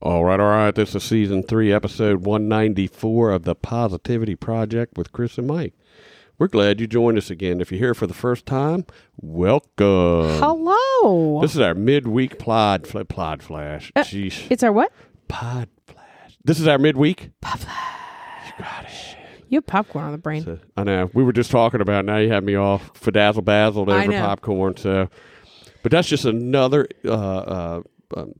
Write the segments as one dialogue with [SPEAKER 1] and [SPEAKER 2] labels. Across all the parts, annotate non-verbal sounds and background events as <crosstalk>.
[SPEAKER 1] All right, all right. This is season three, episode 194 of the Positivity Project with Chris and Mike. We're glad you joined us again. If you're here for the first time, welcome.
[SPEAKER 2] Hello.
[SPEAKER 1] This is our midweek plod, fl- plod flash.
[SPEAKER 2] Uh,
[SPEAKER 1] Jeez.
[SPEAKER 2] It's our what?
[SPEAKER 1] Pod flash. This is our midweek.
[SPEAKER 2] You have popcorn on the brain.
[SPEAKER 1] So, I know. We were just talking about it. Now you have me all fedazzle bazzled
[SPEAKER 2] I
[SPEAKER 1] over
[SPEAKER 2] know.
[SPEAKER 1] popcorn. So, But that's just another uh, uh, um,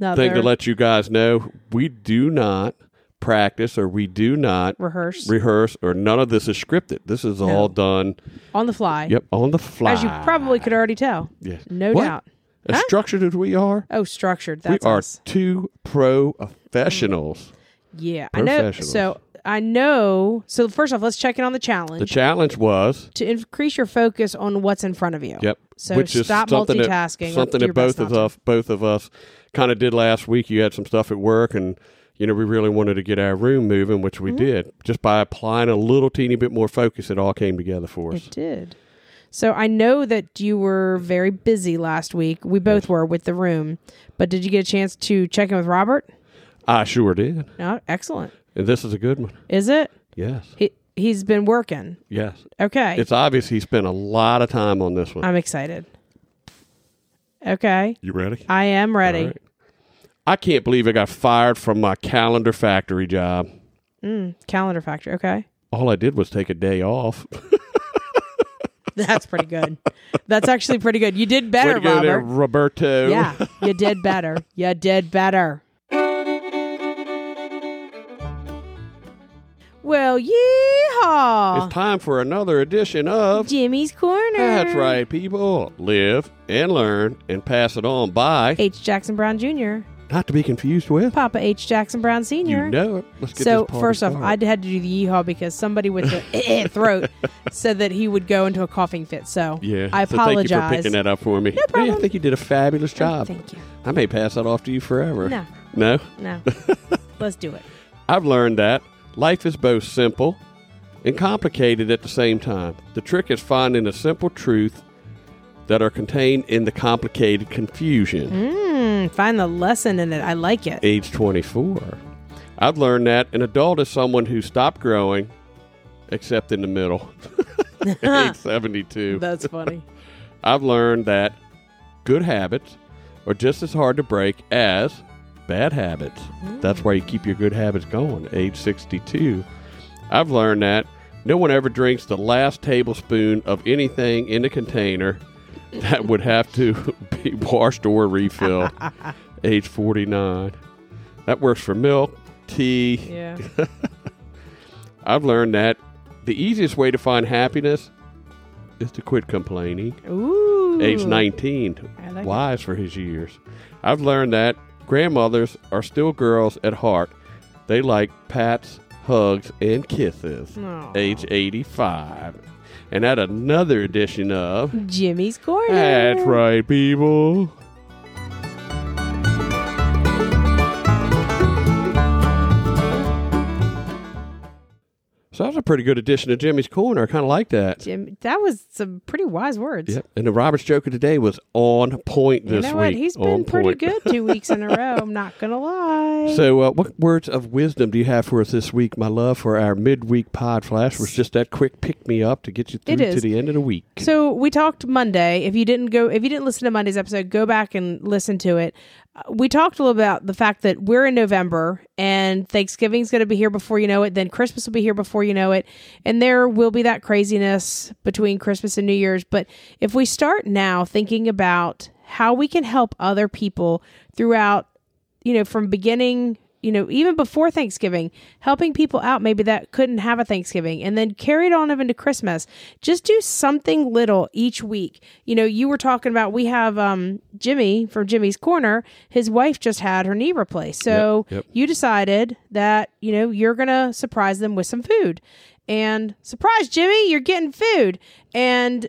[SPEAKER 2] Another
[SPEAKER 1] thing to let you guys know we do not practice or we do not
[SPEAKER 2] rehearse
[SPEAKER 1] rehearse or none of this is scripted. This is all done.
[SPEAKER 2] on the fly.
[SPEAKER 1] Yep, on the fly.
[SPEAKER 2] As you probably could already tell.
[SPEAKER 1] Yes.
[SPEAKER 2] No
[SPEAKER 1] What?
[SPEAKER 2] doubt.
[SPEAKER 1] as structured as we are,
[SPEAKER 2] Oh, structured. That's Mm.
[SPEAKER 1] we are
[SPEAKER 2] us.
[SPEAKER 1] two professionals.
[SPEAKER 2] Yeah, I know.
[SPEAKER 1] professionals.
[SPEAKER 2] So I know. So first off, let's check in on the challenge
[SPEAKER 1] The challenge was
[SPEAKER 2] to increase your focus on what's in front of you.
[SPEAKER 1] yep,
[SPEAKER 2] So
[SPEAKER 1] which is
[SPEAKER 2] stop
[SPEAKER 1] something
[SPEAKER 2] multitasking.
[SPEAKER 1] That, something
[SPEAKER 2] Do
[SPEAKER 1] that
[SPEAKER 2] your best
[SPEAKER 1] both of
[SPEAKER 2] not to.
[SPEAKER 1] us, both of us, kind of did last week. You had some stuff at work, and you know we really wanted to get our room moving, which we
[SPEAKER 2] Mm-hmm.
[SPEAKER 1] did. Just by applying a little teeny bit more focus, it all came together for us.
[SPEAKER 2] It did. So I know that you were very busy last week. We both were with the room, but did you get a chance to check in with Robert?
[SPEAKER 1] I sure did.
[SPEAKER 2] No, excellent.
[SPEAKER 1] And this is a good one.
[SPEAKER 2] Is it?
[SPEAKER 1] Yes.
[SPEAKER 2] He he's been working.
[SPEAKER 1] Yes.
[SPEAKER 2] Okay.
[SPEAKER 1] It's obvious he spent a lot of time on this one.
[SPEAKER 2] I'm excited. Okay.
[SPEAKER 1] you ready?
[SPEAKER 2] I am ready.
[SPEAKER 1] All right. I can't believe I got fired from my calendar factory job.
[SPEAKER 2] Calendar factor. Okay. <laughs>
[SPEAKER 1] All I did was take a day off.
[SPEAKER 2] That's pretty good. That's actually pretty good. You did better,
[SPEAKER 1] Way to go there,
[SPEAKER 2] Robert.
[SPEAKER 1] Roberto.
[SPEAKER 2] Yeah. You did better. You did better. Well, yeehaw.
[SPEAKER 1] It's time for another edition of
[SPEAKER 2] Jimmy's Corner.
[SPEAKER 1] That's Right People. Live and learn and pass it on by
[SPEAKER 2] H. Jackson Brown Jr.,
[SPEAKER 1] not to be confused with.
[SPEAKER 2] Papa H. Jackson Brown Sr.
[SPEAKER 1] You know it. Let's get
[SPEAKER 2] So
[SPEAKER 1] this party
[SPEAKER 2] first off, I
[SPEAKER 1] started.
[SPEAKER 2] had to do the yeehaw because somebody with the <laughs> eh, eh throat said that he would go into a coughing fit. So
[SPEAKER 1] yeah.
[SPEAKER 2] I
[SPEAKER 1] so thank
[SPEAKER 2] apologize.
[SPEAKER 1] you for picking that up for me. No I
[SPEAKER 2] problem. Oh,
[SPEAKER 1] think you did a fabulous job.
[SPEAKER 2] Thank you.
[SPEAKER 1] I may pass that off to you forever.
[SPEAKER 2] No.
[SPEAKER 1] No? <laughs>
[SPEAKER 2] No, let's do it.
[SPEAKER 1] I've learned that life is both simple and complicated at the same time. The trick is finding the simple truth that are contained in the complicated confusion.
[SPEAKER 2] Mm, find the lesson in it. I like it.
[SPEAKER 1] Age 24. I've learned that an adult is someone who stopped growing except in the middle. <laughs> Age 72.
[SPEAKER 2] That's
[SPEAKER 1] <laughs>
[SPEAKER 2] funny.
[SPEAKER 1] I've learned that good habits are just as hard to break as bad habits. That's why you keep your good habits going. Age 62. I've learned that no one ever drinks the last tablespoon of anything in a container <laughs> that would have to <laughs> be washed or refilled. Age 49. That works for milk, tea,
[SPEAKER 2] Yeah.
[SPEAKER 1] I've learned that the easiest way to find happiness is to quit complaining.
[SPEAKER 2] Ooh.
[SPEAKER 1] Age 19,
[SPEAKER 2] I like
[SPEAKER 1] wise for his years. I've learned that grandmothers are still girls at heart. They like pats, hugs, and kisses.
[SPEAKER 2] Aw.
[SPEAKER 1] Age 85. And at another edition of
[SPEAKER 2] Jimmy's corner.
[SPEAKER 1] That's Right People. So that was a pretty good addition to Jimmy's Corner. I kind of like that.
[SPEAKER 2] Jim, that was some pretty wise words.
[SPEAKER 1] Yep. And the Roberts joke of today was on point
[SPEAKER 2] You
[SPEAKER 1] this
[SPEAKER 2] know
[SPEAKER 1] week.
[SPEAKER 2] what? He's
[SPEAKER 1] On
[SPEAKER 2] been pretty
[SPEAKER 1] point.
[SPEAKER 2] good two weeks in a row. I'm not
[SPEAKER 1] <laughs>
[SPEAKER 2] gonna lie.
[SPEAKER 1] So, uh, what words of wisdom do you have for us this week, my love? For our midweek pod flash was just that quick pick me up to get you through
[SPEAKER 2] It
[SPEAKER 1] to
[SPEAKER 2] is.
[SPEAKER 1] the end of the week.
[SPEAKER 2] So we talked Monday. If you didn't go, if you didn't listen to Monday's episode, go back and listen to it. Uh, We talked a little about the fact that we're in November and Thanksgiving's going to be here before you know it. Then Christmas will be here before you know it, and there will be that craziness between Christmas and New Year's. But if we start now thinking about how we can help other people throughout you know, from beginning you know, even before Thanksgiving, helping people out maybe that couldn't have a Thanksgiving and then carry it on even to Christmas. Just do something little each week. You know, you were talking about we have um, Jimmy from Jimmy's Corner. His wife just had her knee replaced. So
[SPEAKER 1] Yep, yep.
[SPEAKER 2] you decided that, you know, you're going to surprise them with some food. And surprise, Jimmy, you're getting food. And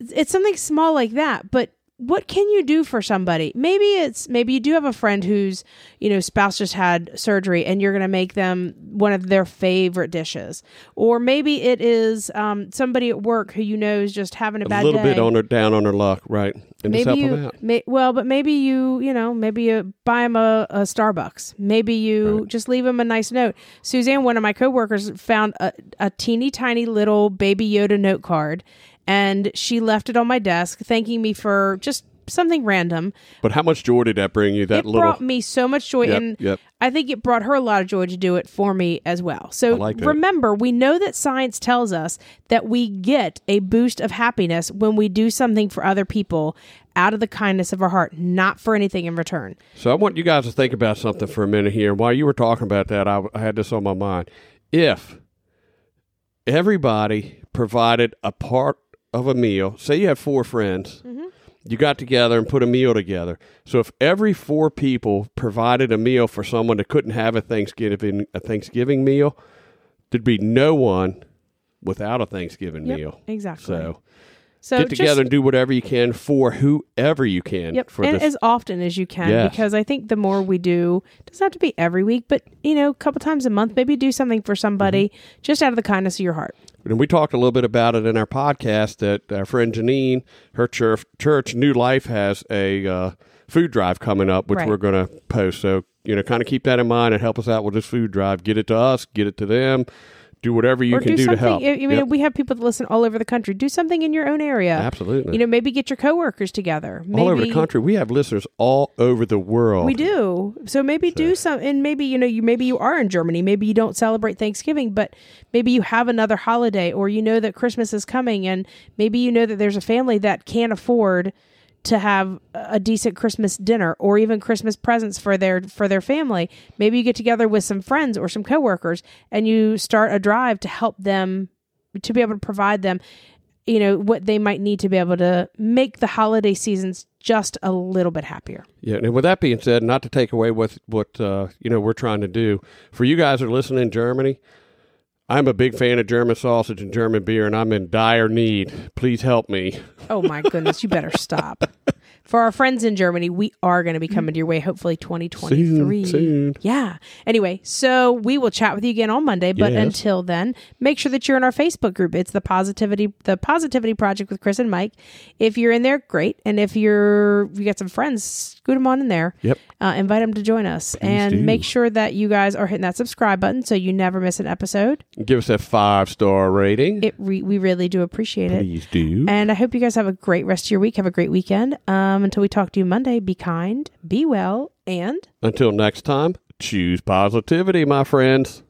[SPEAKER 2] it's something small like that but what can you do for somebody maybe it's maybe you do have a friend whose you know spouse just had surgery and you're going to make them one of their favorite dishes or maybe it is um, somebody at work who you know is just having a,
[SPEAKER 1] A
[SPEAKER 2] bad
[SPEAKER 1] little
[SPEAKER 2] day
[SPEAKER 1] bit on her down on her luck, right? And just help
[SPEAKER 2] maybe
[SPEAKER 1] 'em
[SPEAKER 2] you
[SPEAKER 1] out.
[SPEAKER 2] may, well but maybe you you know maybe you buy him a, a starbucks maybe you just leave him a nice note suzanne one of my coworkers found a, a teeny tiny little baby yoda note card and she left it on my desk thanking me for just something random
[SPEAKER 1] But how much joy did that bring you? That
[SPEAKER 2] it
[SPEAKER 1] little
[SPEAKER 2] brought me so much joy
[SPEAKER 1] Yep,
[SPEAKER 2] and
[SPEAKER 1] yep.
[SPEAKER 2] i think it brought her a lot of joy to do it for me as well so
[SPEAKER 1] like that.
[SPEAKER 2] remember we know that science tells us that we get a boost of happiness when we do something for other people out of the kindness of our heart not for anything in return
[SPEAKER 1] So I want you guys to think about something for a minute here. While you were talking about that, I, I had this on my mind. If everybody provided a part of a meal, say you had four friends,
[SPEAKER 2] Mm-hmm.
[SPEAKER 1] you got together and put a meal together. So if every four people provided a meal for someone that couldn't have a Thanksgiving a Thanksgiving meal, there'd be no one without a Thanksgiving
[SPEAKER 2] Yep,
[SPEAKER 1] meal.
[SPEAKER 2] exactly.
[SPEAKER 1] So
[SPEAKER 2] so
[SPEAKER 1] get together
[SPEAKER 2] just,
[SPEAKER 1] and do whatever you can for whoever you can
[SPEAKER 2] yep
[SPEAKER 1] for
[SPEAKER 2] and
[SPEAKER 1] this
[SPEAKER 2] as often as you can
[SPEAKER 1] Yes.
[SPEAKER 2] because i think the more we do it doesn't have to be every week but you know a couple times a month maybe do something for somebody
[SPEAKER 1] Mm-hmm.
[SPEAKER 2] just out of the kindness of your heart
[SPEAKER 1] And we talked a little bit about it in our podcast that our friend Janine, her church, church New Life has a uh, food drive coming up, which
[SPEAKER 2] Right.
[SPEAKER 1] we're going to post. So, you know, kind of keep that in mind and help us out with this food drive. Get it to us, get it to them, do whatever you
[SPEAKER 2] or
[SPEAKER 1] can
[SPEAKER 2] do
[SPEAKER 1] do,
[SPEAKER 2] something
[SPEAKER 1] to help.
[SPEAKER 2] i I mean
[SPEAKER 1] Yep.
[SPEAKER 2] we have people that listen all over the country do something in your own area
[SPEAKER 1] Absolutely.
[SPEAKER 2] you know maybe get your coworkers together maybe
[SPEAKER 1] all over the country, we have listeners all over the world.
[SPEAKER 2] we do so maybe do some and maybe you know you maybe you are in germany maybe you don't celebrate thanksgiving but maybe you have another holiday or you know that christmas is coming and maybe you know that there's a family that can't afford to have a decent christmas dinner or even christmas presents for their for their family maybe you get together with some friends or some coworkers and you start a drive to help them to be able to provide them you know what they might need to be able to make the holiday seasons just a little bit happier
[SPEAKER 1] Yeah, and with that being said, not to take away what what uh, you know we're trying to do for you guys that are listening in Germany. I'm a big fan of German sausage and German beer, and I'm in dire need. Please help me.
[SPEAKER 2] Oh my goodness, you
[SPEAKER 1] <laughs>
[SPEAKER 2] better stop. For our friends in Germany, we are going to be coming to your way hopefully 2023.
[SPEAKER 1] soon.
[SPEAKER 2] Yeah. Anyway, so we will chat with you again on Monday, but
[SPEAKER 1] Yes.
[SPEAKER 2] until then, make sure that you're in our Facebook group. It's the Positivity the Positivity Project with Chris and Mike. If you're in there, great. And if you're you got some friends, scoot them on in there.
[SPEAKER 1] Yep.
[SPEAKER 2] Uh, invite them to join us and
[SPEAKER 1] do.
[SPEAKER 2] make sure that you guys are hitting that subscribe button so you never miss an episode.
[SPEAKER 1] Give us that five star rating.
[SPEAKER 2] It re- we really do appreciate it.
[SPEAKER 1] Please do.
[SPEAKER 2] And I hope you guys have a great rest of your week. Have a great weekend. Um, until we talk to you Monday, be kind, be well, and.
[SPEAKER 1] Until next time, choose positivity, my friends.